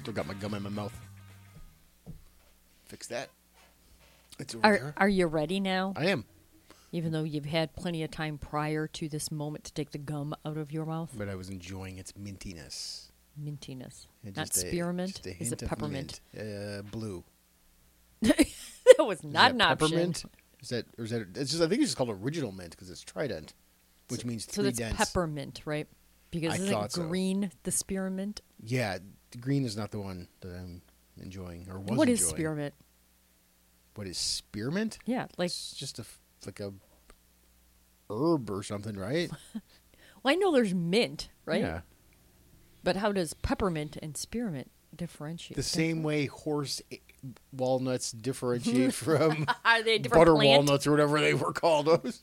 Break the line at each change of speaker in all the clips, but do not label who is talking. Still got my gum in my mouth. Fix that. It's over
Are
there.
are you ready now?
I am,
Even though you've had plenty of time prior to this moment to take the gum out of your mouth,
but I was enjoying its mintiness.
mintiness,
And
not
just a-
spearmint.
just a
Is it
hint of
peppermint?
mint. Uh, blue.
that was
Is
not
that
an option.
peppermint? Is that or is that? It's just I think it's just called original mint because it's trident, which means
So
three
that's
dents.
peppermint, right? Because
I
isn't
thought so.
green the spearmint?
Yeah, the green is not the one that I'm enjoying or was enjoying.
What is spearmint?
What is spearmint?
Yeah, like
it's just a f- like a herb or something, right?
well, I know there's mint, right?
Yeah.
But how does peppermint and spearmint differentiate?
The same way horse i- walnuts differentiate from
Are they a different
butter
plant?
walnuts or whatever they were called. Those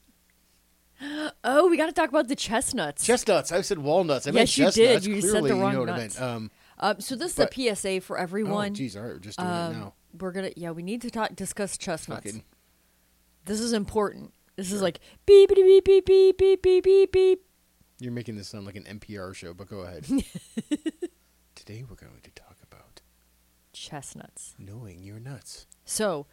Oh, we got to talk about the chestnuts.
chestnuts. I said walnuts. I meant
Yes, you did.
chestnuts.
You said the
Clearly,
wrong
you know what
nuts.
I meant. Um,
Uh, so this
But-
is a PSA for everyone.
Oh, geez, all right, we're just doing
um,
it now.
We're gonna yeah, we need to talk discuss chestnuts.
Fucking
This is important. This is like beep beep beep beep beep beep beep beep.
You're making this sound like an NPR show, but go ahead. Today we're going to talk about
Chestnuts.
knowing your nuts.
So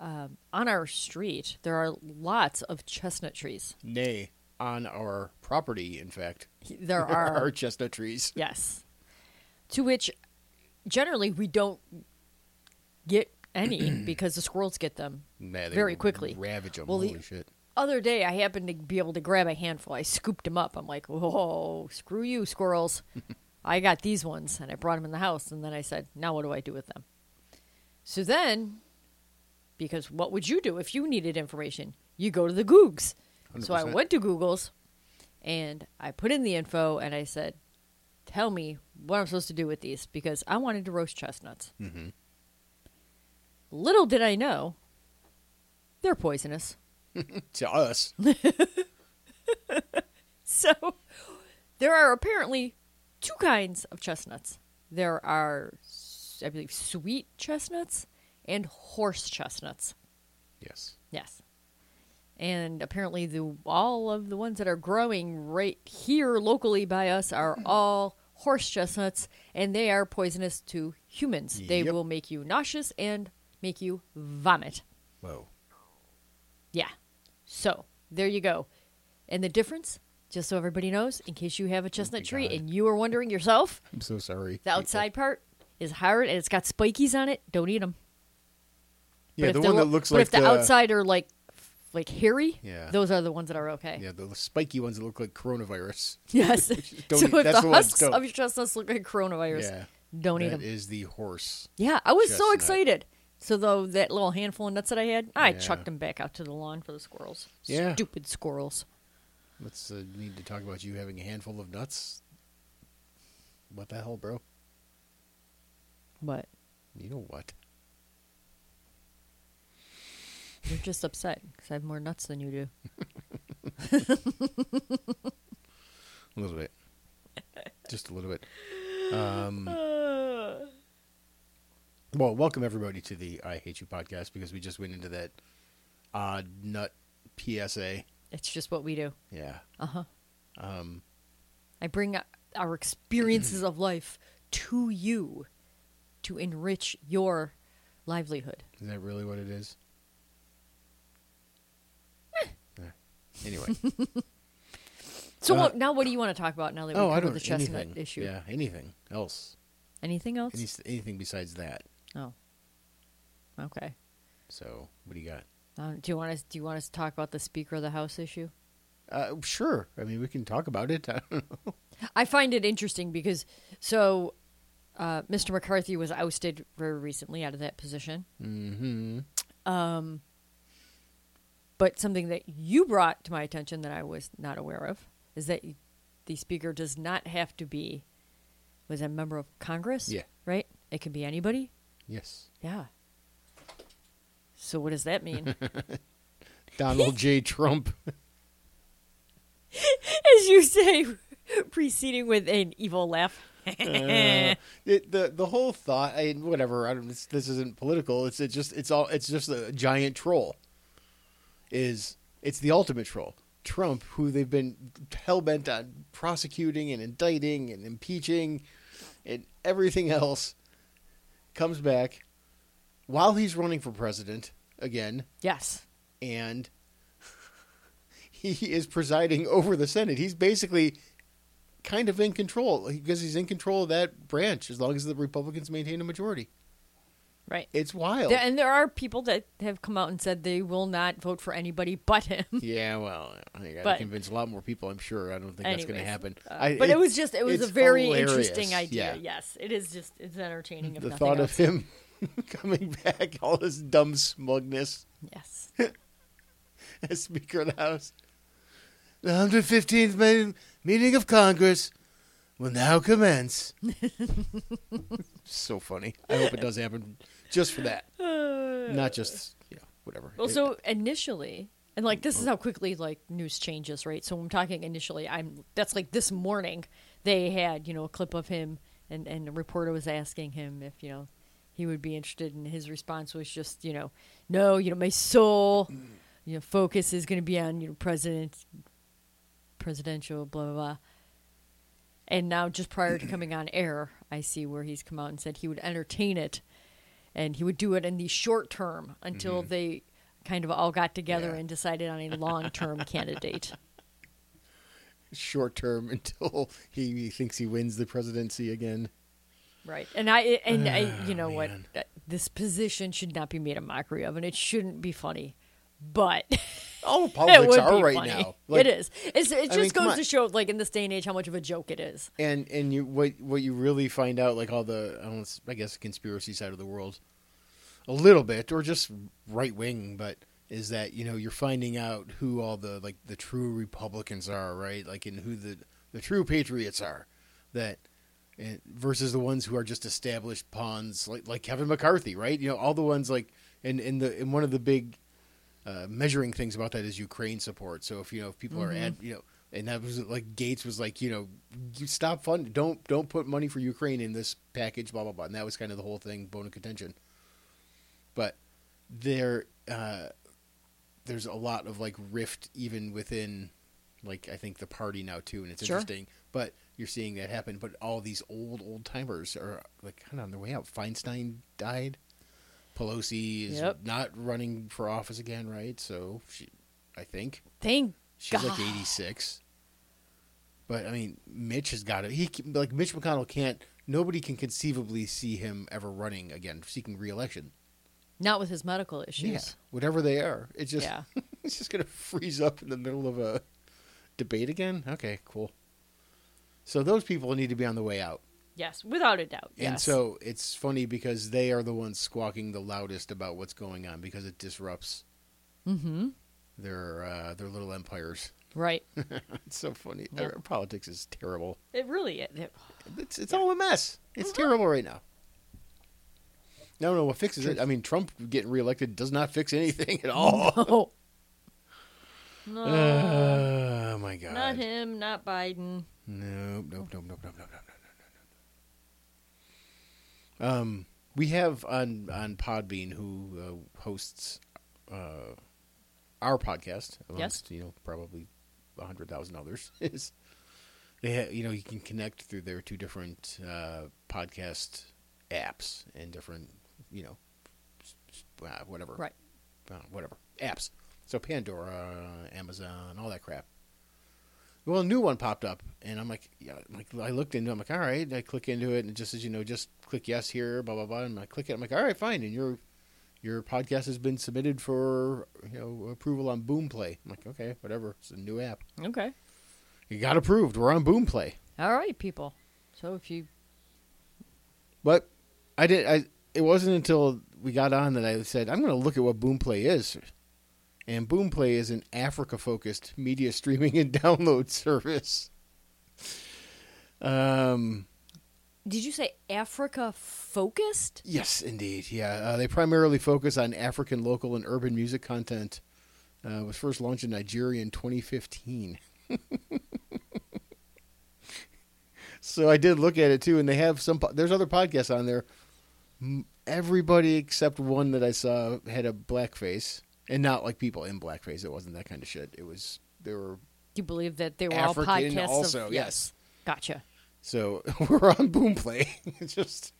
um, on our street, there are lots of chestnut trees.
Nay, on our property, in fact,
There are
are chestnut trees.
yes, to which generally we don't get any because the squirrels get them.
Nah, they
Very quickly.
ravage them.
Well, the-
Holy shit!
Other day, I happened to be able to grab a handful. I scooped them up. I'm like, "Whoa, screw you, squirrels! I got these ones," and I brought them in the house. And then I said, "Now what do I do with them?" So then, because what would you do if you needed information? You go to the Googs. So I
100%.
went to Google's, and I put in the info, and I said, "Tell me what I'm supposed to do with these," because I wanted to roast chestnuts. Little did I know, they're poisonous.
To us,
So there are apparently two kinds of chestnuts. There are, I believe, sweet chestnuts and horse chestnuts.
yes.
Yes. And apparently, the all of the ones that are growing right here locally by us are all horse chestnuts, and they are poisonous to humans. They
Yep.
will make you nauseous and make you vomit.
Whoa.
Yeah. So there you go. And the difference, just so everybody knows, in case you have a chestnut tree
Oh God.
and you are wondering yourself,
I'm so sorry.
the outside part is hard and it's got spikies on it. Don't eat them.
Yeah, the one that looks
but
like uh,
if the, outside are like like hairy,
Yeah.
those are the ones that are okay.
Yeah, the spiky ones that look like coronavirus.
Yes.
don't
so
eat-
if
that's
the
the one,
husks
don't.
of your chestnuts look like coronavirus,
Yeah.
don't eat
That
them.
is the horse.
yeah, I was so
chestnut.
excited. So though that little handful of nuts that I had, I
Yeah.
chucked them back out to the lawn for the squirrels.
Yeah.
Stupid squirrels.
Let's uh, need to talk about you having a handful of nuts. What the hell, bro?
But
You know what?
You're just upset because I have more nuts than you do.
A little bit. Just a little bit. Um, well, welcome everybody to the I Hate You podcast because we just went into that odd nut PSA.
It's just what we do.
Yeah.
I bring o- our experiences of life to you to enrich your livelihood.
Is that really what it is? Yeah. Anyway.
So
Uh,
what, now, what do you want to talk about now that we
oh, I
covered
don't
the chestnut
anything.
issue?
Yeah, anything else?
Anything else?
Any, anything besides that?
oh, okay.
So, what do you got?
Um, do you want us? Do you want us to talk about the Speaker of the House issue?
Uh, sure. I mean, we can talk about it. I don't know.
I find it interesting because so uh, Mr. McCarthy was ousted very recently out of that position. Mm-hmm. Um, but something that you brought to my attention that I was not aware of is that the speaker does not have to be was a member of Congress.
Yeah.
Right. It can be anybody.
Yes.
Yeah. So what does that mean?
Donald J. Trump.
As you say, preceding with an evil laugh.
Uh, it, the the whole thought I, whatever I don't, this, this isn't political it's it just it's all it's just a giant troll is it's the ultimate troll Trump who they've been hell bent on prosecuting and indicting and impeaching and everything else comes back while he's running for president again,
Yes.
and he is presiding over the Senate. He's basically kind of in control because he's in control of that branch as long as the Republicans maintain a majority.
Right.
It's wild.
There- and there are people that have come out and said they will not vote for anybody but him.
yeah, well, I got to
But-
convince a lot more people, I'm sure. I don't think that's going to
Anyways,
happen.
uh,
I,
but it, was just it was a
it's
very
hilarious.
interesting idea.
Yeah.
Yes, it is just it's entertaining. If
the
nothing
thought
else.
of him coming back, all his dumb smugness
Yes.
as Speaker of the House. The 115th main meeting of Congress will now commence. so funny. I hope it does happen just for that, not just you know, whatever.
Well,
It-
so initially, and like this is how quickly like news changes, right? So I'm talking initially. I'm that's like this morning they had you know a clip of him, and and a reporter was asking him if you know he would be interested, and his response was just you know no, you know my soul, you know focus is going to be on you know president, presidential blah blah blah. And now, just prior to coming on air, I see where he's come out and said he would entertain it, and he would do it in the short term until they kind of all got together
Mm-hmm. Yeah.
and decided on a long term candidate.
short term until he thinks he wins the presidency again.
Right. And I and I, you know what,
Ah, man.
That- this position should not be made a mockery of, and it shouldn't be funny, but.
Oh,
It
politics
would
are
be
right
funny.
now. Like,
it is. It's, it just
mean, come
goes
on.
to show, like in this day and age, how much of a joke it is.
and and you what what you really find out like all the I, don't, know, I guess the conspiracy side of the world a little bit or just right wing but is that you know you're finding out who all the like the true republicans are right like and who the the true patriots are that and versus the ones who are just established pawns like like Kevin McCarthy right you know all the ones like and and the and one of the big uh, measuring things about that is Ukraine support. So if you know if people are ad, you know, and that was like Gates was like you know, you stop fund, don't don't put money for Ukraine in this package, blah blah blah. And that was kind of the whole thing, bone of contention. But there, uh, there's a lot of like rift even within, like I think the party now too, and it's
Sure.
interesting. But you're seeing that happen. But all these old old timers are like kind of on their way out. Feinstein died. Pelosi is
Yep.
not running for office again, right? So she, I think
Thank
she's like
God.
86. But I mean, Mitch has got it. He can- like Mitch McConnell can't. Nobody can conceivably see him ever running again, seeking reelection.
Not with his medical issues.
Yeah, whatever they are, it's just
Yeah.
it's just gonna freeze up in the middle of a debate again. Okay, cool. So those people need to be on the way out.
Yes, without a doubt.
And
yes.
so it's funny because they are the ones squawking the loudest about what's going on because it disrupts
hmm
their uh, their little empires.
Right.
It's so funny.
Yeah.
Our politics is terrible.
It really is. It-
It's it's all a mess. It's
Uh-huh.
terrible right now. I don't know what fixes it. I mean, Trump getting reelected does not fix anything at all.
Oh. No.
Oh my god.
not him, not Biden.
Nope, nope, nope, nope, nope, nope, nope, nope, nope, nope. Um, we have on on Podbean who uh, hosts uh, our podcast. Amongst, you know, probably a hundred thousand others is. They ha- you know you can connect through their two different uh, podcast apps and different you know s- s- uh, whatever
Right.
uh, whatever apps. So Pandora, Amazon, all that crap. Well, a new one popped up, and I'm like, yeah, I'm like I looked into. it. I'm like, all right. And I click into it, and it just says, you know, just click yes here, blah blah blah. And I click it. I'm like, all right, fine. And your your podcast has been submitted for you know approval on Boomplay. I'm like, okay, whatever. It's a new app.
Okay.
It got approved. We're on Boomplay.
All right, people. So if you
But I did. I it wasn't until we got on that I said I'm going to look at what Boomplay is, and Boomplay is an Africa-focused media streaming and download service. Um.
did, you say Africa focused?
Yes, indeed. Yeah, uh, they primarily focus on African local and urban music content. Uh, was first launched in Nigeria in 2015. so I did look at it too, and they have some. po- There's other podcasts on there. M- Everybody except one that I saw had a blackface, and not like people in blackface. It wasn't that kind of shit. It was there were
Do you believe that they were all
African
podcasts?
also.
of,
yes.
Gotcha.
So we're on Boomplay. It's just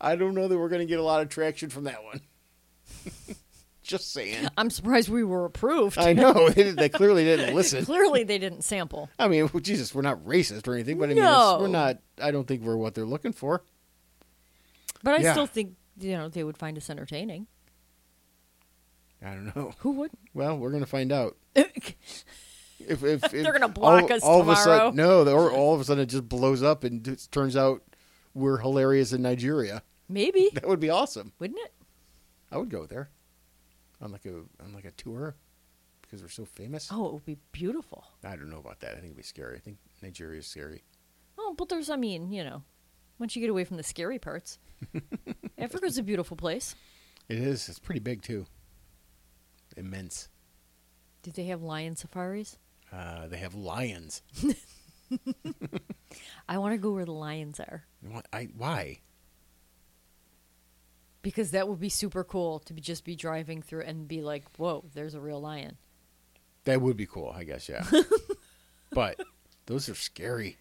I don't know that we're going to get a lot of traction from that one. Just saying.
I'm surprised we were approved.
I know they, they clearly didn't listen.
Clearly, they didn't sample.
I mean, well, Jesus, we're not racist or anything, but I mean,
No.
it's, we're not. I don't think we're what they're looking for.
But I
Yeah.
still think you know they would find us entertaining.
I don't know.
Who wouldn't?
Well, we're going to find out. If, if, if
They're gonna block
all,
us
all of a
tomorrow.
sudden, no, or all of a sudden it just blows up and it turns out we're hilarious in Nigeria.
Maybe
That would be awesome.
wouldn't it?
I would go there on like a on like a tour because we're so famous.
Oh, it would be beautiful.
I don't know about that. I think it'd be scary. I think Nigeria is scary.
Oh, but there's, I mean, you know, once you get away from the scary parts, Africa's a beautiful place.
It is. It's pretty big too. Immense.
Did they have lion safaris?
Uh, they have lions.
I want to go where the lions are
Why- I, why?
because that would be super cool to be just be driving through and be like, whoa, there's a real lion.
That would be cool, I guess. Yeah. but those are scary.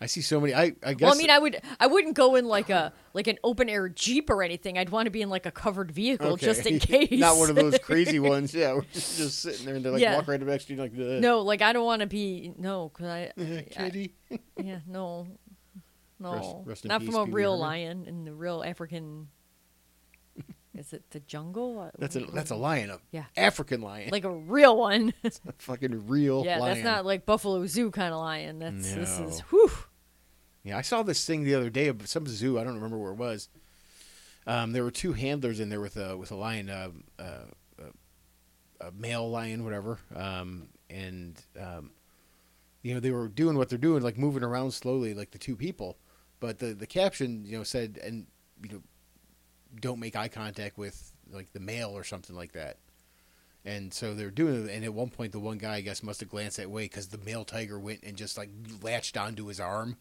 I see so many. I I guess.
well, I mean, I would, I wouldn't go in like a like an open air jeep or anything. I'd want to be in like a covered vehicle
Okay.
just in case.
Not one of those crazy ones. Yeah, we're just, just sitting there and they're like
Yeah.
walk right up next to you like the
No, like I don't want to be no, because I, I
kitty.
yeah no, no,
rest in
not
peace,
from
Pee
a
Wee
real
Herman.
lion in the real African. is it the jungle? What-
That's a
what-
that's a lion, a
Yeah.
African lion,
like a real one.
a fucking real
yeah,
lion.
that's not like Buffalo Zoo kind of lion. That's this is
No.
whew.
Yeah, I saw this thing the other day of some zoo. I don't remember where it was. Um, there were two handlers in there with a with a lion, uh, uh, uh, a male lion, whatever. Um, and um, you know they were doing what they're doing, like moving around slowly, like the two people. But the the caption, you know, said and you know, don't make eye contact with like the male or something like that. And so they're doing it, and at one point, the one guy I guess must have glanced that way because the male tiger went and just like latched onto his arm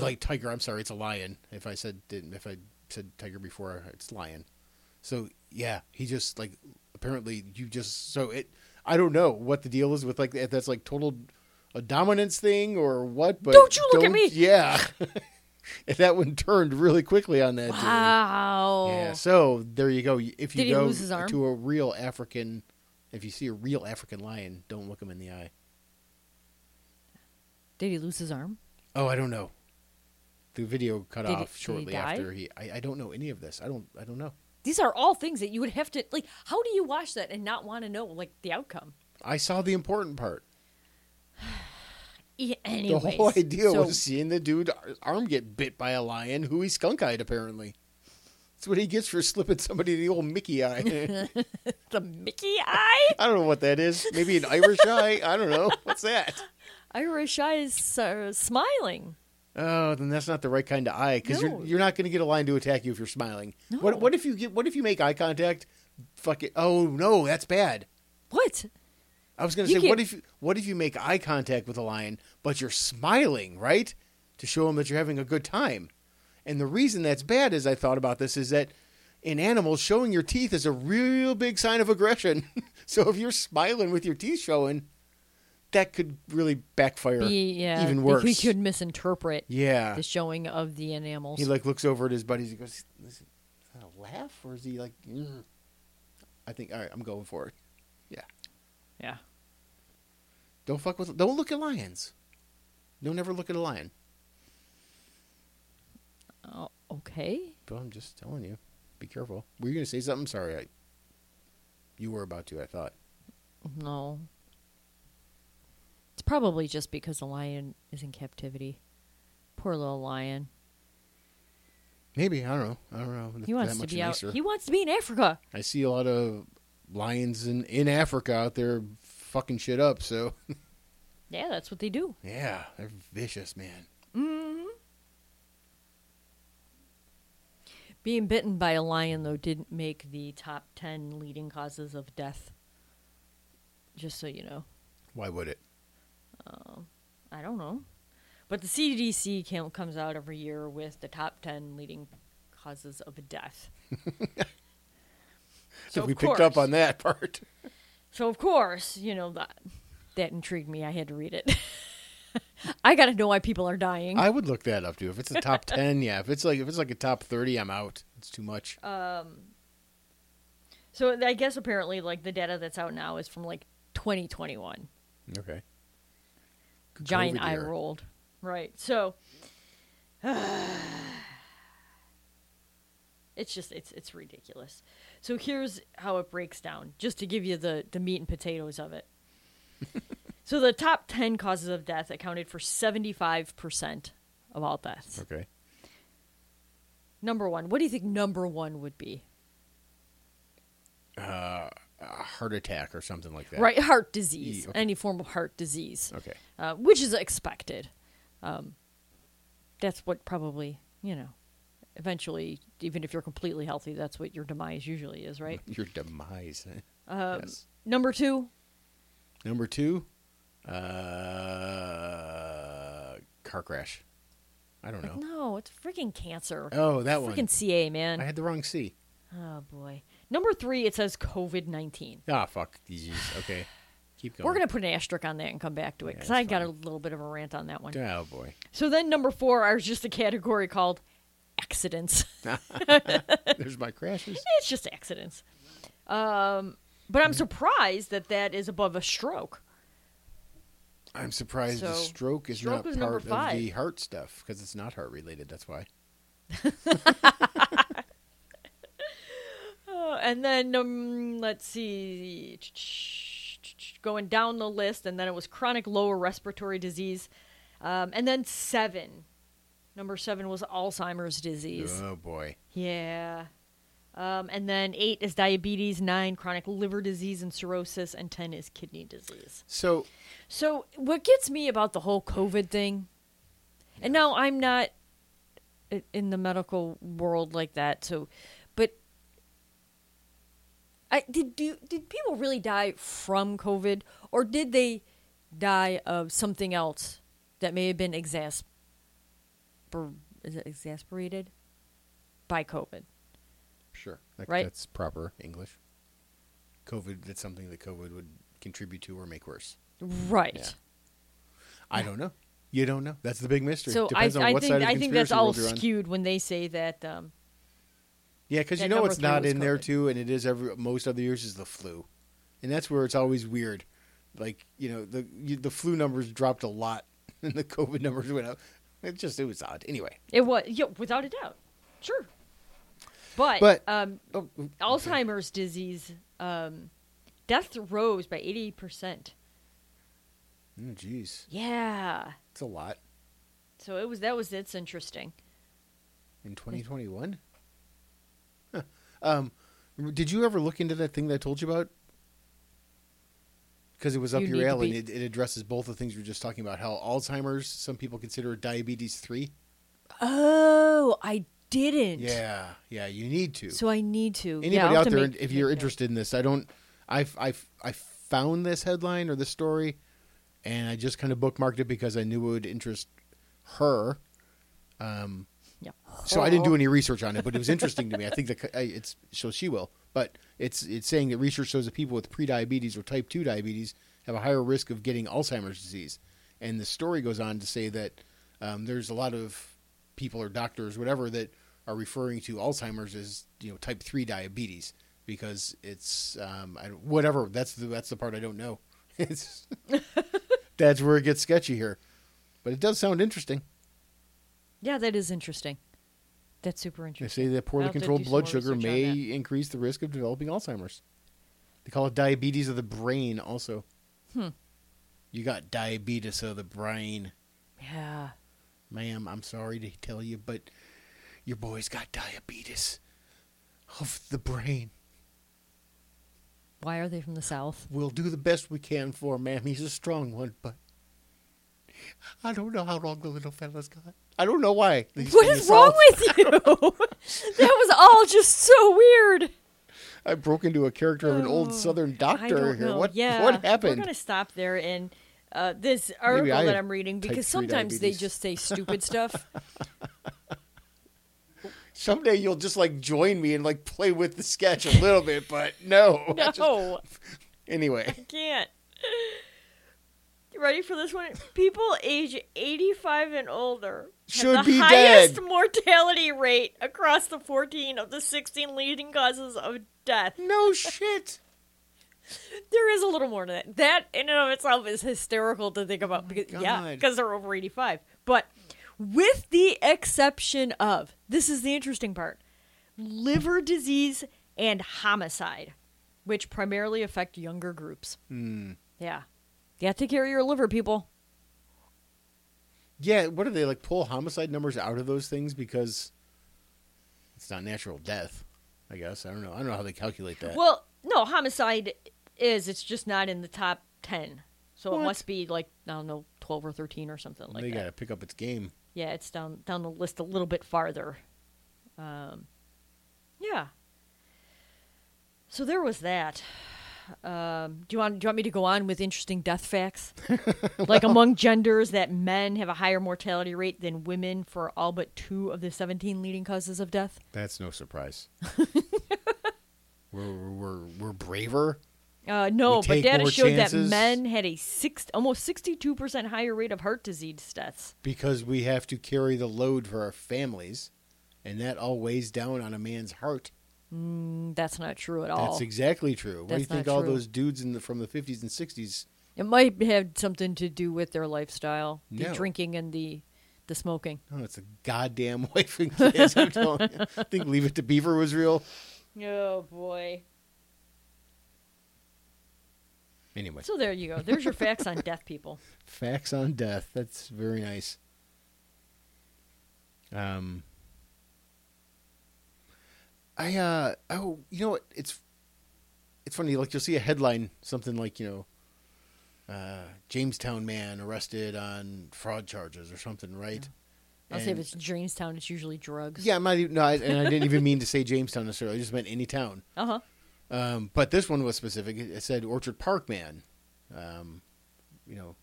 like tiger. I'm sorry, it's a lion. If I said didn't, if I said tiger before, it's lion. So yeah, he just like apparently you just so it. I don't know what the deal is with like if that's like total a dominance thing or what. But
Don't you look at me!
Yeah, and that one turned really quickly on that. dude.
Wow.
Yeah. So there you go. If you
Oh. Did he
go
lose his arm?
to a real African, if you see a real African lion, don't look him in the eye.
Did he lose his arm?
Oh, I don't know. The video cut
Did he-
off
did he
shortly
die?
after he. I, I don't know any of this. I don't. I don't know.
These are all things that you would have to like. How do you watch that and not want to know like the outcome?
I saw the important part.
E- Anyways,
the whole idea
so-
was seeing the dude's arm get bit by a lion who he skunk eyed. Apparently, that's what he gets for slipping somebody the old Mickey eye.
the Mickey eye.
I don't know what that is. Maybe an Irish eye. I don't know what's that.
Irish eye is uh, smiling.
Oh, then that's not the right kind of eye because
No.
you're you're not going to get a lion to attack you if you're smiling.
No.
What what if you get what if you make eye contact? Fuck it. Oh no, that's bad.
What?
I was going to
You
say,
can't-
what if you, what if you make eye contact with a lion, but you're smiling, right, to show him that you're having a good time? And the reason that's bad, as I thought about this, is that in animals, showing your teeth is a real big sign of aggression. so if you're smiling with your teeth showing, that could really backfire.
Be, yeah,
even
they-
worse.
We could misinterpret
yeah.
the showing of the enamels.
He like looks over at his buddies. He goes, "Is that a laugh or is he like?" "Mm." I think. All right, I'm going for it. Yeah.
yeah.
Don't fuck with. Don't look at lions. Don't ever look at a lion.
Oh, okay.
But I'm just telling you, be careful. Were you gonna say something? Sorry, I. You were about to. I thought.
No. It's probably just because the lion is in captivity. Poor little lion.
Maybe I don't know. I don't know.
He
that
wants to
much
be out.
nicer.
He wants to be in Africa.
I see a lot of lions in in Africa out there fucking shit up. So
Yeah, that's what they do. Mm-hmm.
yeah, they're vicious, man.
Being bitten by a lion though didn't make the top 10 leading causes of death. Just so you know.
Why would it?
I don't know. But the CDC count comes out every year with the top 10 leading causes of death.
So
of
we picked up
course-
on that part.
So of course, you know that that intrigued me. I had to read it. I got to know why people are dying.
I would look that up too. If it's a top ten, yeah. If it's like if it's like a top thirty, I'm out. It's too much.
Uh, so I guess apparently, like the data that's out now is from like 2021.
okay. Good
Giant
COVID
eye
era.
rolled. Right. So it's just it's it's ridiculous. So here's how it breaks down, just to give you the the meat and potatoes of it. so the top 10 causes of death accounted for 75% of all deaths.
Okay.
Number 1. What do you think number 1 would be?
A heart attack or something like that.
Right, heart disease,
E, okay.
any form of heart disease.
Okay.
uh, which is expected. Um, that's what probably you know. Eventually, even if you're completely healthy, that's what your demise usually is, right?
Your demise. eh?
Um,
yes.
Number two,
Number two, uh, car crash. I don't know.
no, it's freaking cancer.
Oh, that
freaking
one.
CA man.
I had the wrong C.
oh boy. Number three, it says COVID nineteen.
Ah, fuck. Jeez. Okay. Keep going.
We're gonna put an asterisk on that and come back to it
Yeah,
because
that's
I got a little bit of a rant on that one.
Oh boy.
So then number four is just a category called accidents.
There's my crashes.
it's just accidents. Um, but
Mm-hmm.
I'm surprised that that is above a stroke.
I'm surprised the
So,
stroke is
stroke
not
was number
part of the
five.
heart stuff because it's not heart related. That's why.
Uh, and then um, let's see, going down the list, and then it was chronic lower respiratory disease, um, and then seven. Number seven was Alzheimer's disease.
Oh boy.
Yeah. Um, and then eight is diabetes, nine chronic liver disease and cirrhosis, and ten is kidney disease.
So
So, what gets me about the whole COVID thing, and now I'm not i- in the medical world like that, so, but I did do did people really die from COVID, or did they die of something else that may have been exasper is it exasperated by COVID?
sure. That,
Right.
That's proper English. COVID. That's something that COVID would contribute to or make worse.
Right.
Yeah. I don't know. You don't know. That's the big mystery.
So I,
Depends on
I
what
think
side of the
I think that's
conspiracy
all
world you're on.
skewed when they say that. Um,
Yeah, because you
That
know
number
what's
three
not
was
in there
COVID.
too, and it is every most other years is the flu, and that's where it's always weird. Like you know the you, the flu numbers dropped a lot, and the COVID numbers went up. It just it was odd. Anyway,
It was, yeah, without a doubt, sure. But,
But-
um,
oh, oh,
Alzheimer's disease um, death rose by eighty percent.
mm, jeez,
Yeah,
it's a lot
so it was that was it's interesting.
in 2021. Huh. Um, did you ever look into that thing that I told you about? Because it was up
You need
your
to
alley,
be-
and it, it addresses both the things we were just talking about. How Alzheimer's, some people consider diabetes three.
Oh, I didn't.
Yeah, yeah, you need to.
So I need to. Yeah, I'll
anybody
have
out
to
there,
make-
if you're
make note.
interested in this, I don't. I I I found this headline or this story, and I just kind of bookmarked it because I knew it would interest her.
Yeah.
So I didn't do any research on it, but it was interesting to me. I think that I- it's so she will, but it's it's saying that research shows that people with prediabetes or type two diabetes have a higher risk of getting Alzheimer's disease. And the story goes on to say that um, there's a lot of people or doctors, whatever, that are referring to Alzheimer's as you know type three diabetes because it's um, I, don't- whatever. That's the that's the part I don't know. It's that's where it gets sketchy here, but it does sound interesting.
Yeah, that is interesting. That's super
They
interesting.
say that poorly
I'll have to
controlled
do some
blood
more
sugar
research on
may
that.
increase the risk of developing Alzheimer's. They call it diabetes of the brain, also.
Hmm.
You got diabetes of the brain.
Yeah.
Ma'am, I'm sorry to tell you, but your boy's got diabetes of the brain.
Why are they from the south?
We'll do the best we can for him, ma'am. He's a strong one, but I don't know how long the little fella's got. I don't know why.
What is wrong with you? that was all just so weird.
I broke into a character of an old Southern
Oh, I
doctor
don't
here.
know.
What?
yeah.
What happened?
We're gonna stop there and uh, this article
I
that
have
I'm reading
type
because
three
sometimes
diabetes.
they just say stupid stuff.
Someday you'll just like join me and like play with the sketch a little bit, but no. I
no,
just- anyway,
can't.
You ready for this one? People age 85 and older
Should
have the
be
highest
dead.
mortality rate across the 14 of the 16 leading causes of death.
No shit.
There is a little more to that. That in and of itself is hysterical to think about because yeah,
Oh God.
because they're over 85. But with the exception of this is the interesting part. Liver disease and homicide, which primarily affect younger groups.
Hmm.
Yeah. You have to care of your liver, people.
Yeah, what do they like pull homicide numbers out of those things because it's not natural death, I guess. I don't know. I don't know how they calculate that.
Well, no, homicide is. It's just not in the top 10. So
What?
it must be like, I don't know, 12 or 13 or something like
they
that.
gotta pick up its game.
yeah, it's down down the list a little bit farther. Um, yeah. So there was that. Um, do you want do you want me to go on with interesting death facts? like among genders, that men have a higher mortality rate than women for all but two of the seventeen leading causes of death.
That's no surprise. we're, we're we're braver.
Uh, no,
take
but data
more
showed
chances.
that men had a six almost sixty two percent higher rate of heart disease deaths.
because we have to carry the load for our families, and that all weighs down on a man's heart.
Mm, That's not true at all.
That's exactly true. What do you
That's not
think all
true.
those dudes in the from the fifties and sixties?
It might have something to do with their lifestyle,
No.
the drinking and the the smoking.
Oh, it's a goddamn wife and kids. I'm telling you. I think Leave It to Beaver was real.
Oh boy.
Anyway,
So there you go. There's your facts on death, people.
facts on death. That's very nice. Um, I uh oh, you know what? It's it's funny. Like you'll see a headline, something like you know, uh, Jamestown man arrested on fraud charges or something, right?
I'll say if
And-
it's Jamestown, it's usually drugs.
yeah, I'm not even. No, I, and I didn't even mean to say Jamestown necessarily. I just meant any town.
Uh
Uh-huh.
huh.
Um, but this one was specific. It it said Orchard Park man, um, you know,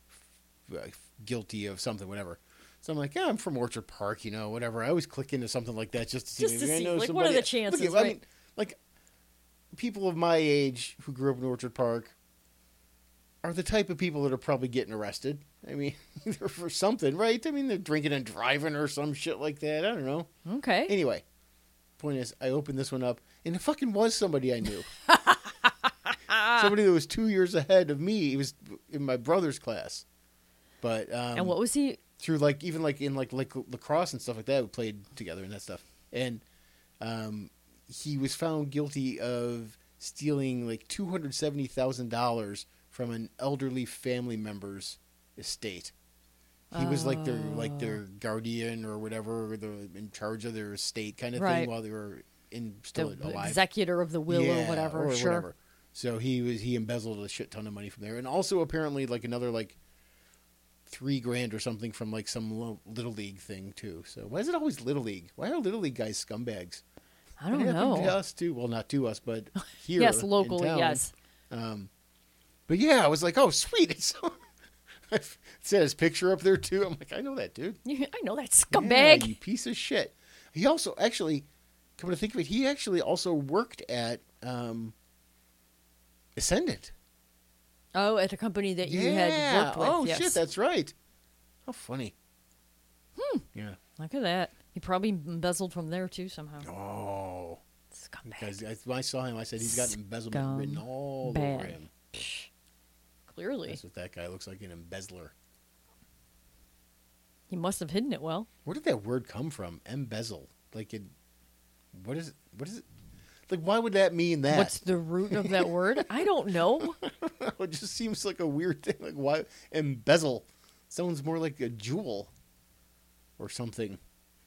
f- uh, guilty of something, whatever. So I'm like, yeah, I'm from Orchard Park, you know, whatever. I always click into something like that just to see.
Just
maybe
to
I
see,
know
like, what are
somebody-
the
Look,
chances,
I mean,
right?
like people of my age who grew up in Orchard Park are the type of people that are probably getting arrested. I mean, they're for something, right? I mean, they're drinking and driving or some shit like that. I don't know.
Okay.
Anyway, point is, I opened this one up, and it fucking was somebody I knew. somebody that was two years ahead of me. He was in my brother's class, but um,
and what was he?
through like even like in like like lacrosse and stuff like that, we played together and that stuff. And um, he was found guilty of stealing like two hundred seventy thousand dollars from an elderly family member's estate. He was like their like their guardian or whatever, or the in charge of their estate kind of
Right.
thing while they were in still
The
alive
executor of the will or whatever. sure.
so he was he embezzled a shit ton of money from there, and also apparently like another like three grand or something from like some lo- little league thing too. So why is it always little league? Why are little league guys scumbags?
I don't
It happened To
know.
us too. Well, not to us, but here.
Yes,
in
locally.
town.
Yes.
But yeah, I was like, oh sweet. It's I set his picture up there too. I'm like, I know that dude.
You- I know that
Yeah,
scumbag.
you piece of shit. He also actually, come to think of it, he actually also worked at um, Ascendant.
Oh, at a company that you had worked with.
Oh
yes.
shit, that's right. How funny. Hmm. Yeah.
Look at that. He probably embezzled from there too somehow.
Oh.
Scumbag.
Because I- when I saw him, I said he's got embezzlement
Scumbag.
written all over him.
Psh, Clearly,
That's what that guy looks like—an embezzler.
he must have hidden it well.
Where did that word come from? Embezzle. Like it. What is? What is it? Like, why would that mean that?
What's the root of that word? I don't know.
it just seems like a weird thing. Like why embezzle? Sounds more like a jewel or something.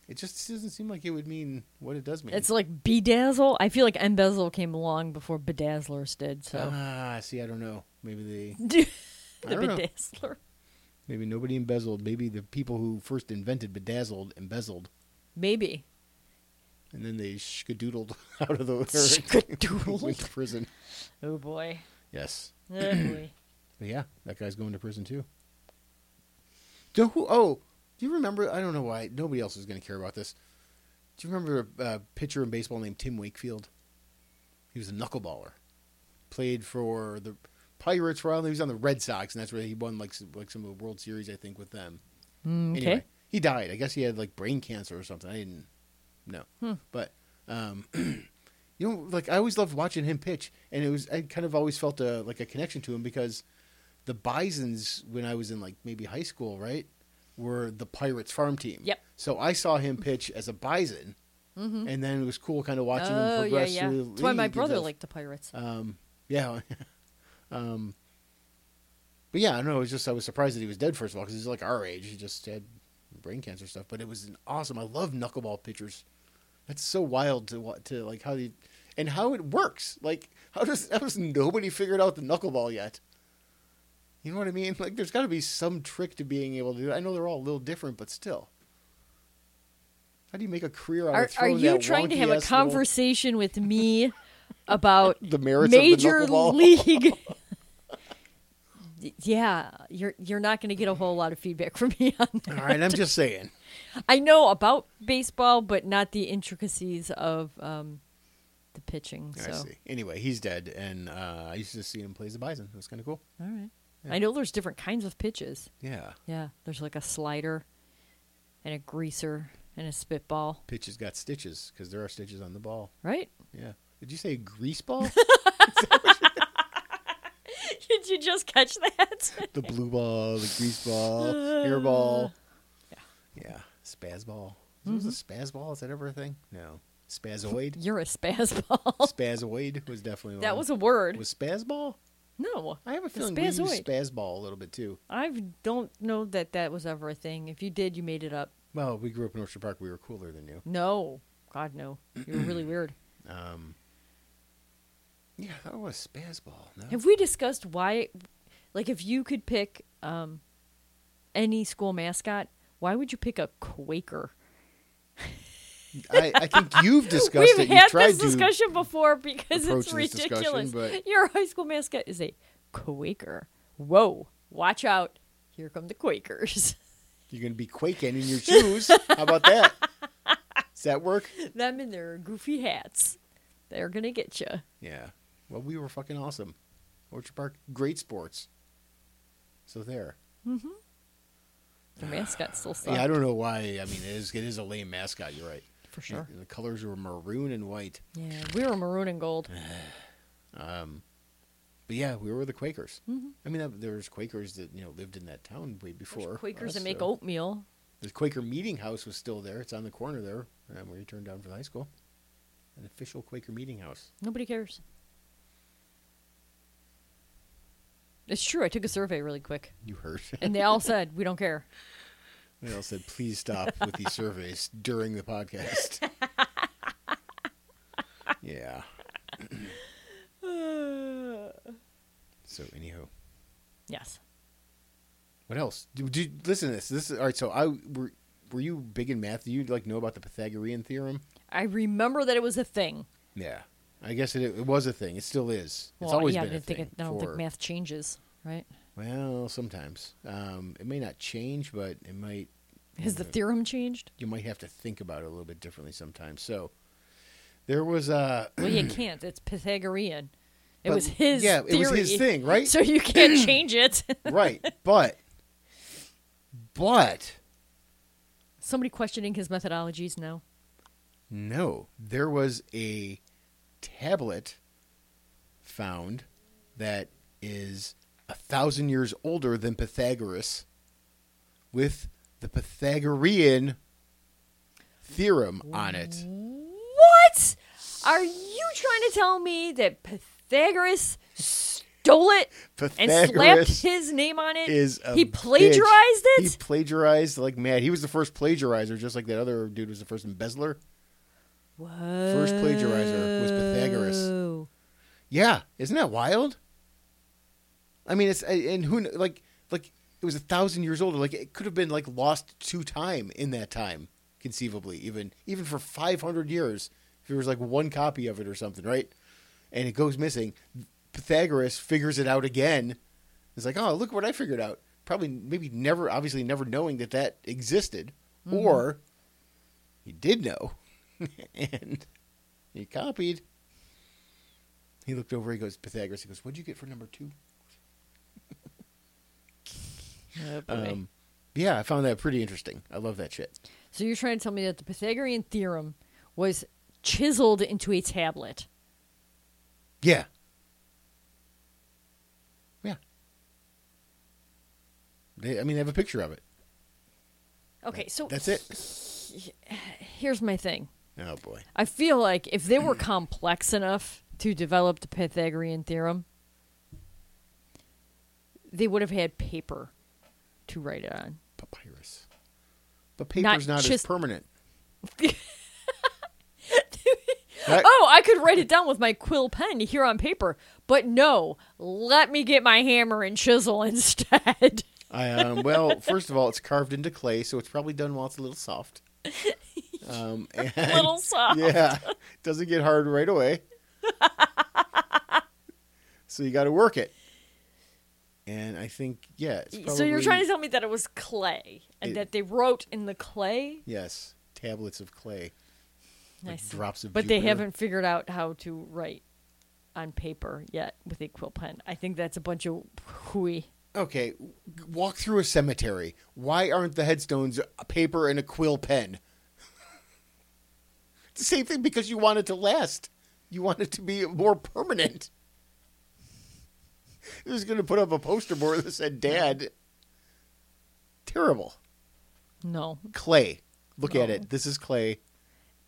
It just doesn't seem like it would mean what it does mean.
It's like bedazzle. I feel like embezzle came along before bedazzlers did. So
ah, see, I don't know. Maybe they,
the
I don't know.
bedazzler.
maybe nobody embezzled. Maybe the people who first invented bedazzled embezzled,
Maybe.
and then they skadoodled out of the
Skadoodled.
went to prison.
Oh boy.
Yes,
Oh boy.
but yeah, that guy's going to prison too. Do who? Oh, do you remember? I don't know why nobody else is going to care about this. Do you remember a, a pitcher in baseball named Tim Wakefield? He was a knuckleballer. Played for the Pirates for a while. He was on the Red Sox, and that's where he won like some, like some of the World Series, I think, with them.
Hmm, Mm,
Anyway, he died. I guess he had like brain cancer or something. I didn't know,
Hmm.
but um, you know, like I always loved watching him pitch, and it was I kind of always felt a like a connection to him because the Bison's when I was in like maybe high school, right, were the Pirates farm team.
Yep. Mm-hmm.
So I saw him pitch as a Bison, and then it was cool kind of watching
Oh,
him
yeah,
progress
yeah.
through. The
That's why my
league and
brother
stuff.
liked the Pirates.
Um, yeah. um, but yeah, I don't know. It was just I was surprised that he was dead first of all because he's like our age. He just had brain cancer stuff. But it was an awesome. I love knuckleball pitchers. That's so wild to what to like how they and how it works. Like how does how does nobody figured out the knuckleball yet? You know what I mean? Like there's got to be some trick to being able to do. It. I know they're all a little different, but still. How do you make a career out
Are,
of
are
throwing
you
that
trying to have a
wonky-ass little-
conversation with me about
The merits of the
major
knuckleball?
league? Y- yeah, you're you're not going to get a whole lot of feedback from me on that.
All right, I'm just saying.
I know about baseball, but not the intricacies of um, the pitching. So,
I see. Anyway, he's dead, and uh, I used to see him play as a bison. It was kind of cool.
all right. I know there's different kinds of pitches.
Yeah.
Yeah, there's like a slider, and a greaser, and a spitball.
Pitches got stitches because there are stitches on the ball.
Right?
Yeah. Did you say grease ball?
Did you just catch that?
the blue ball, the grease ball, hair ball. Yeah. Yeah. Spaz ball. Was
Mm-hmm.
it a spaz ball? Is that ever a thing? No. Spazoid.
You're a spazball.
Spazoid was definitely
that
one.
was a word.
was spaz ball.
no,
I have a
The
feeling we use
spazoid.
spaz ball a little bit too.
I don't know that that was ever a thing. If you did, you made it up.
Well, we grew up in Orchard Park. We were cooler than you.
No, God no, you're really weird.
Um, yeah, I thought it was spaz ball. No.
Have we discussed why? Like, if you could pick um, any school mascot, why would you pick a Quaker?
I, I think you've discussed
We've
it.
had
you tried
this discussion before because
approach
it's
this discussion,
ridiculous.
but-
Your high school mascot is a Quaker. Whoa! Watch out! Here come the Quakers.
to. You're going to be quaking in your shoes. How about that? Does that work?
Them in their goofy hats. They're gonna get you.
Yeah. Well, we were fucking awesome. Orchard Park, great sports. So there.
The mascot still sucks.
Yeah, I don't know why. I mean, it is it is a lame mascot. You're right.
for sure.
The colors were maroon and white.
Yeah, we were maroon and gold.
But yeah, we were the Quakers. I mean, that, there was Quakers that you know lived in that town way before.
Mm-hmm. There's Quakers
us,
that make
so-
oatmeal.
The Quaker Meeting House was still there. It's on the corner there, um, where you turned down for the high school. An official Quaker Meeting House.
Nobody cares. It's true. I took a survey really quick,
You heard.
and they all said we don't care.
They all said, please stop with these surveys during the podcast. yeah. So, anyhow,
yes.
what else? Do, do, listen to this. This is all right. So, I were were you big in math? Do you like know about the Pythagorean theorem?
I remember that it was a thing.
Yeah, I guess it, it was a thing. It still is.
Well,
it's always
yeah,
been
I
a
didn't
thing.
think it, I don't
for-
think math changes, right?
Well, sometimes um, it may not change, but it might.
Has the theorem changed?
You might have to think about it a little bit differently sometimes. So, there was uh, a.
Well, you can't. It's Pythagorean. It
But-
was his.
yeah, it was his
theory,
thing, right?
So you can't change it.
right, but but
Somebody questioning his methodologies now.
no, there was a tablet found that is a thousand years older than Pythagoras with the Pythagorean theorem on it.
What? Are you trying to tell me that Pythagoras stole it and slapped
Pythagoras
his name on it?
is a
he
bitch.
plagiarized
He
it?
plagiarized like mad. He was the first plagiarizer, just like that other dude was the first embezzler. First plagiarizer was Pythagoras.
Whoa.
Yeah, isn't that wild? I mean, it's and who kn- like like it was a thousand years old. Like it could have been like lost to time in that time, conceivably. Even even for five hundred years, if there was like one copy of it or something, right? And it goes missing. Pythagoras figures it out again. It's like, oh, look what I figured out. Probably, maybe never, obviously, never knowing that that existed, or he did know, and he copied. He looked over. He goes, Pythagoras. He goes, "What'd you get for number two?
Oh, boy.
Um, yeah, I found that pretty interesting. I love that shit.
so you're trying to tell me that the Pythagorean theorem was chiseled into a tablet.
Yeah. Yeah. They, I mean, they have a picture of it.
Okay, so
That's it.
here's my thing.
Oh boy.
I feel like if they were complex enough to develop the Pythagorean theorem, they would have had paper to write it on.
Papyrus. But paper's not, as
just-
permanent. That-
Oh, I could write it down with my quill pen here on paper, but no, let me get my hammer and chisel instead.
I, um, well, first of all, it's carved into clay, so it's probably done while it's a little soft. Um, and-
Little soft.
Yeah, doesn't get hard right away. so you got to work it. And I think yeah, it's probably,
So you're trying to tell me that it was clay and
It-
that they wrote in the clay?
yes, tablets of clay, like
I see.
drops of.
But they
Jupiter.
haven't figured out how to write on paper yet with a quill pen. I think that's a bunch of hooey.
Okay, w- walk through a cemetery. Why aren't the headstones a paper and a quill pen? it's the same thing because you want it to last. You want it to be more permanent. Who's going to put up a poster board that said "Dad"? Terrible.
No,
Clay. Look at
Oh.
it. This is clay.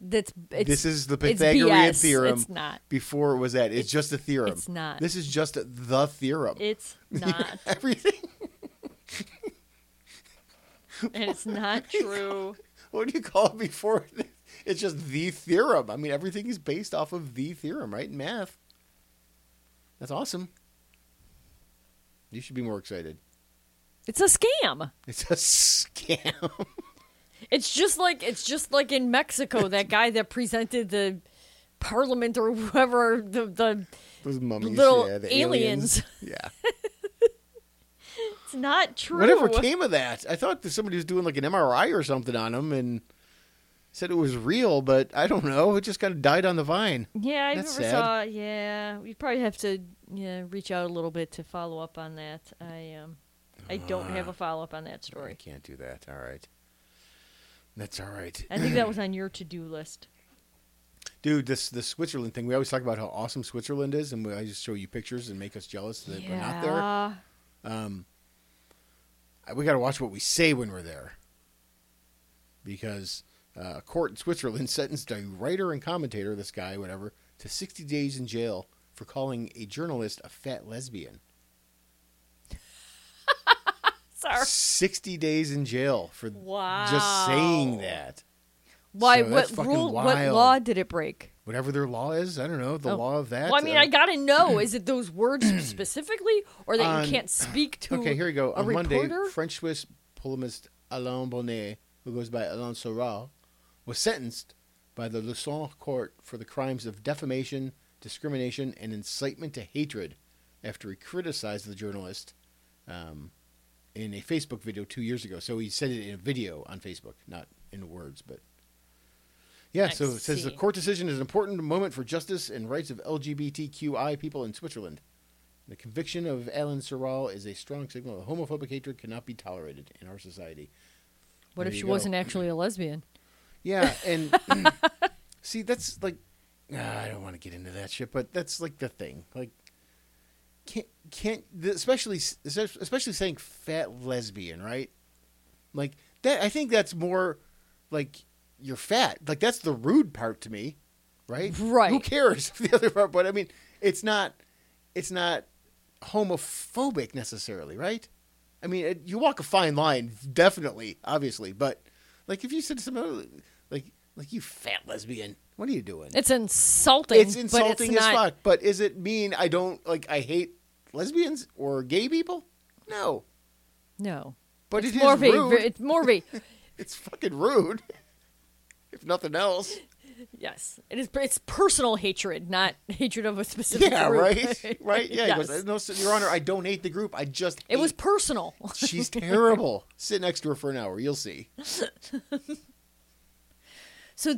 that's it's,
this is the
it's
Pythagorean
BS.
theorem.
It's not.
Before it was that. It's, just a theorem.
it's not.
This is just the theorem.
It's not,
Everything.
and it's not true.
what do you call it before? It's just the theorem. I mean, everything is based off of the theorem, right? In math. That's awesome. You should be more excited.
It's a scam.
It's a scam.
It's just like it's just like in Mexico, that guy that presented the parliament or whoever the the.
Those mummies,
Little
yeah, the
aliens.
Yeah,
It's not true.
whatever came of that? I thought that somebody was doing like an MRI or something on him and said it was real, but I don't know. It just kind of died on the vine.
Yeah, I
That's
never
sad.
saw. Yeah, we probably have to yeah reach out a little bit to follow up on that. I um, I don't have a follow up on that
I
story.
can't do that. All right, that's all right.
I think that was on your to do list.
dude this the switzerland thing we always talk about how awesome switzerland is and we, i just show you pictures and make us jealous that we're not there
Yeah.
I- we got to watch what we say when we're there because uh, a court in switzerland sentenced a writer and commentator this guy whatever to 60 days in jail for calling a journalist a fat lesbian
Sorry.
60 days in jail for
Wow.
just saying that
Why?
So that's
what
fucking
rule? What
wild.
law did it break?
whatever their law is i don't know the
Oh.
law of that
Well, I mean,
uh,
I gotta know. Is it those words specifically, or that
On-
you can't speak to?
Okay, here we go.
A
On
reporter?
Monday, French Swiss polemist Alain Bonnet, who goes by Alain Soral, was sentenced by the Lausanne court for the crimes of defamation, discrimination, and incitement to hatred after he criticized the journalist um, in a Facebook video two years ago. So he said it in a video on Facebook, not in words, but. Yeah,
I
so it says the
see.
court decision is an important moment for justice and rights of LGBTQI people in Switzerland. The conviction of Alan Serral is a strong signal that homophobic hatred cannot be tolerated in our society.
what
There
if
you
she
go.
wasn't actually a lesbian?
Yeah, and see, that's like ah, I don't want to get into that shit, but that's like the thing. Like, can't can't the- especially especially saying fat lesbian, right? Like that, I think that's more like you're fat. Like that's the rude part to me, right?
Right.
Who cares the other part? But I mean, it's not it's not homophobic necessarily, right? I mean, it, you walk a fine line, definitely, obviously, but like if you said to somebody "Oh, like like you fat lesbian, what are you doing?
It's insulting.
It's insulting
but it's
as
not,
fuck. But is it mean I don't like I hate lesbians or gay people? No,
No,
but it's
more of a-
rude.
It's more of a
It's fucking rude. if nothing else,
Yes, it is. It's personal hatred, not hatred of a specific
yeah,
group.
right, right, yeah. he
Yes.
goes, no, sir, Your Honor, I don't hate the group. I just
It was
hate
personal.
She's terrible. Sit next to her for an hour. You'll see.
So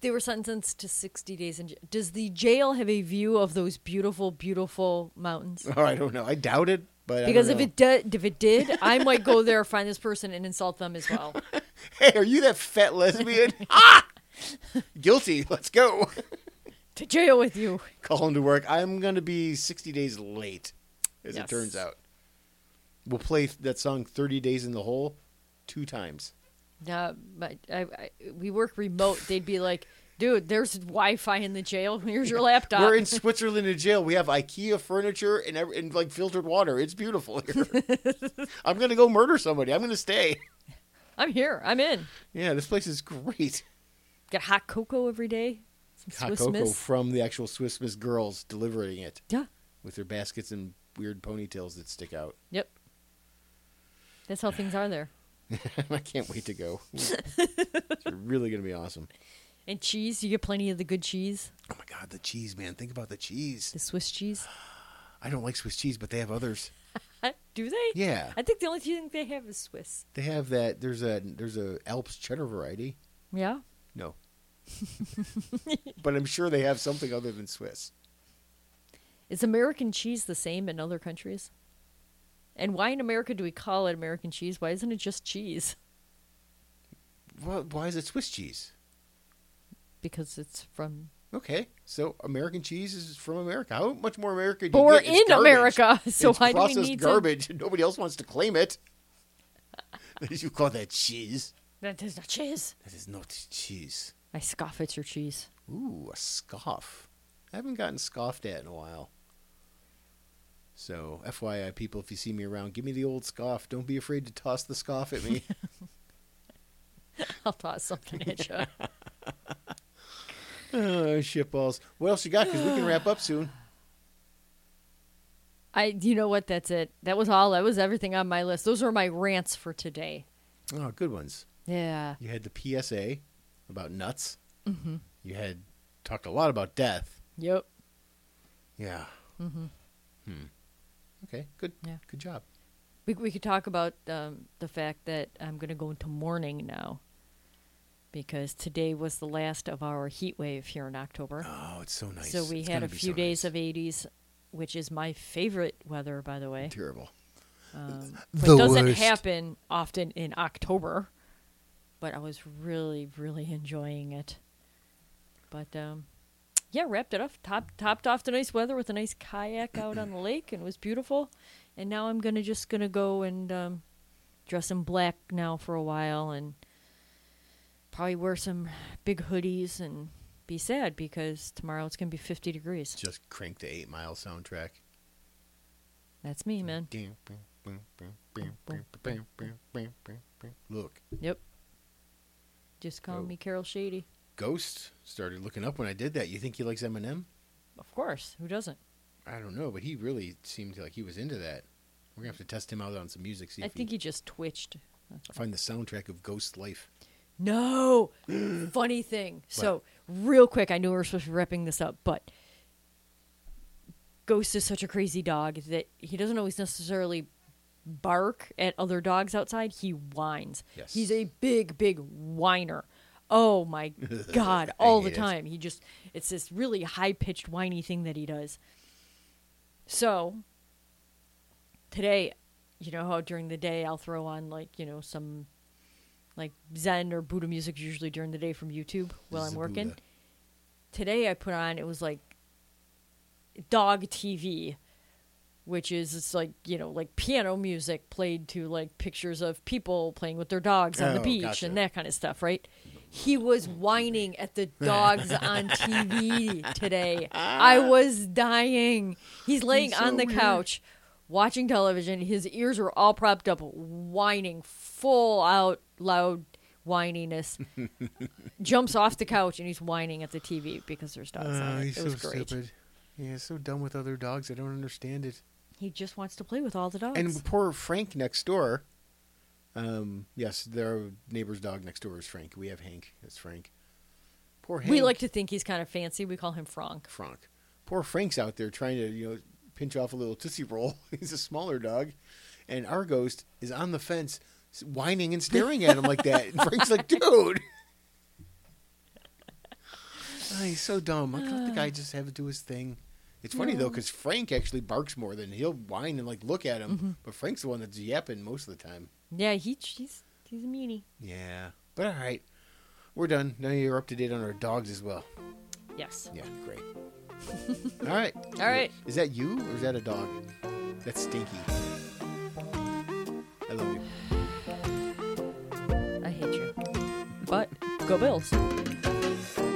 they were sentenced to sixty days in jail. Does the jail have a view of those beautiful, beautiful mountains?
Oh, I don't know. I doubt it, But I don't
Because if
know.
it did, if it did, I might go there find this person and insult them as well.
hey, are you that fat lesbian? ah, guilty. Let's go.
to jail with you.
Call him to work. I'm gonna be 60 days late, as it
Yes.
turns out. We'll play that song 30 Days in the Hole two times.
No, but I, I, we work remote. They'd be like, "Dude, there's Wi-Fi in the jail. Here's your laptop."
We're in Switzerland in jail. We have IKEA furniture and every- and like filtered water. It's beautiful here. I'm gonna go murder somebody. I'm gonna stay.
I'm here. I'm in.
Yeah, this place is great.
Get hot cocoa every day.
Hot
Some Swiss
cocoa
Miss.
from the actual Swiss Miss girls delivering it
Yeah.
with their baskets and weird ponytails that stick out.
Yep. That's how things are there.
I can't wait to go. it's really gonna be awesome.
And cheese. You get plenty of the good cheese,
Oh my god, the cheese, man! Think about the cheese.
the Swiss cheese.
I don't like Swiss cheese, but they have others.
Do they?
Yeah,
I think the only thing they have is Swiss.
they have that. There's a there's a Alps cheddar variety.
Yeah.
No, but I'm sure they have something other than Swiss.
Is American cheese the same in other countries? And why in America do we call it American cheese? Why isn't it just cheese?
Why, why is it Swiss cheese?
Because it's from
Okay, so American cheese is from America. How much more American? do you
born
get? It's
in
garbage.
America. So
it's
why do we
processed
need to
garbage? and Nobody else wants to claim it. you call that cheese?
That is not cheese.
That is not cheese.
I scoff at your cheese.
Ooh, a scoff. I haven't gotten scoffed at in a while. So, FYI, people, if you see me around, give me the old scoff. Don't be afraid to toss the scoff at me.
I'll toss something at you.
oh, shitballs. What else you got? Because we can wrap up soon.
I, you know what? That's it. That was all. That was everything on my list. Those are my rants for today.
Oh, good ones.
Yeah.
You had the PSA about nuts. Mm-hmm. You had talked a lot about death.
Yep.
Yeah. Mm-hmm. Hmm. Okay. Good.
Yeah.
Good job.
We we could talk about um, the fact that I'm going to go into mourning now, because today was the last of our heat wave here in October.
Oh, it's so nice.
So we
It's
had
gonna
a
be
few
so
days
nice.
of 80s, which is my favorite weather, by the way.
terrible.
But
The
Um, doesn't
worst.
happen often in October. But I was really, really enjoying it. But um, yeah, wrapped it off. Top, topped off the nice weather with a nice kayak out on the lake, and it was beautiful. And now I'm gonna just gonna go and um, dress in black now for a while, and probably wear some big hoodies and be sad because tomorrow it's gonna be 50 degrees.
Just crank the Eight Mile soundtrack.
That's me, man.
Look,
Yep. Just call
Oh.
me Carol Shady.
Ghost started looking up when I did that. You think he likes Eminem?
Of course. Who doesn't?
I don't know, but he really seemed like he was into that. We're gonna have to test him out on some music. See
I
if
think
he,
he just twitched.
find the soundtrack of Ghost Life.
No. Funny thing. So, real quick, I knew we were supposed to be wrapping this up, but Ghost is such a crazy dog that he doesn't always necessarily bark at other dogs outside. He whines.
Yes.
He's a big, big whiner. Oh my God. All the
hate it.
time. He just, it's this really high pitched, whiny thing that he does. So, today, you know how during the day I'll throw on like, you know, some like Zen or Buddha music usually during the day from YouTube while I'm working.
Zabuda.
Today I put on it was like dog TV, which is it's like, you know, like piano music played to like pictures of people playing with their dogs on the
Oh,
beach
gotcha.
and that kind of stuff, right? He was whining at the dogs on TV today. I was dying. He's laying
so
on the
weird.
couch watching television. His ears were all propped up, whining, full out loud whininess. Jumps off the couch and he's whining at the TV because there's dogs
Ah,
on it. It was great.
Yeah, so dumb with other dogs. I don't understand it.
He just wants to play with all the dogs.
And poor Frank next door. Um, yes, their neighbor's dog next door is Frank. We have Hank. That's Frank. Poor Hank.
we like to think he's kind of fancy. We call him Frank.
Frank. Poor Frank's out there trying to, you know, pinch off a little tootsie roll. He's a smaller dog, and our ghost is on the fence, s- whining and staring at him like that. And Frank's like, "Dude, Ah, he's so dumb. I let the guy just have it do his thing." It's funny though, 'cause though because Frank actually barks more than he'll whine and like look at him, but Frank's the one that's yapping most of the time.
Yeah, he, he's, he's a meanie.
Yeah, but all right, we're done. Now you're up to date on our dogs as well.
Yes.
Yeah, great. all right,
All right.
Is that you or is that a dog? That's Stinky. I love you.
I hate you. But go Bills.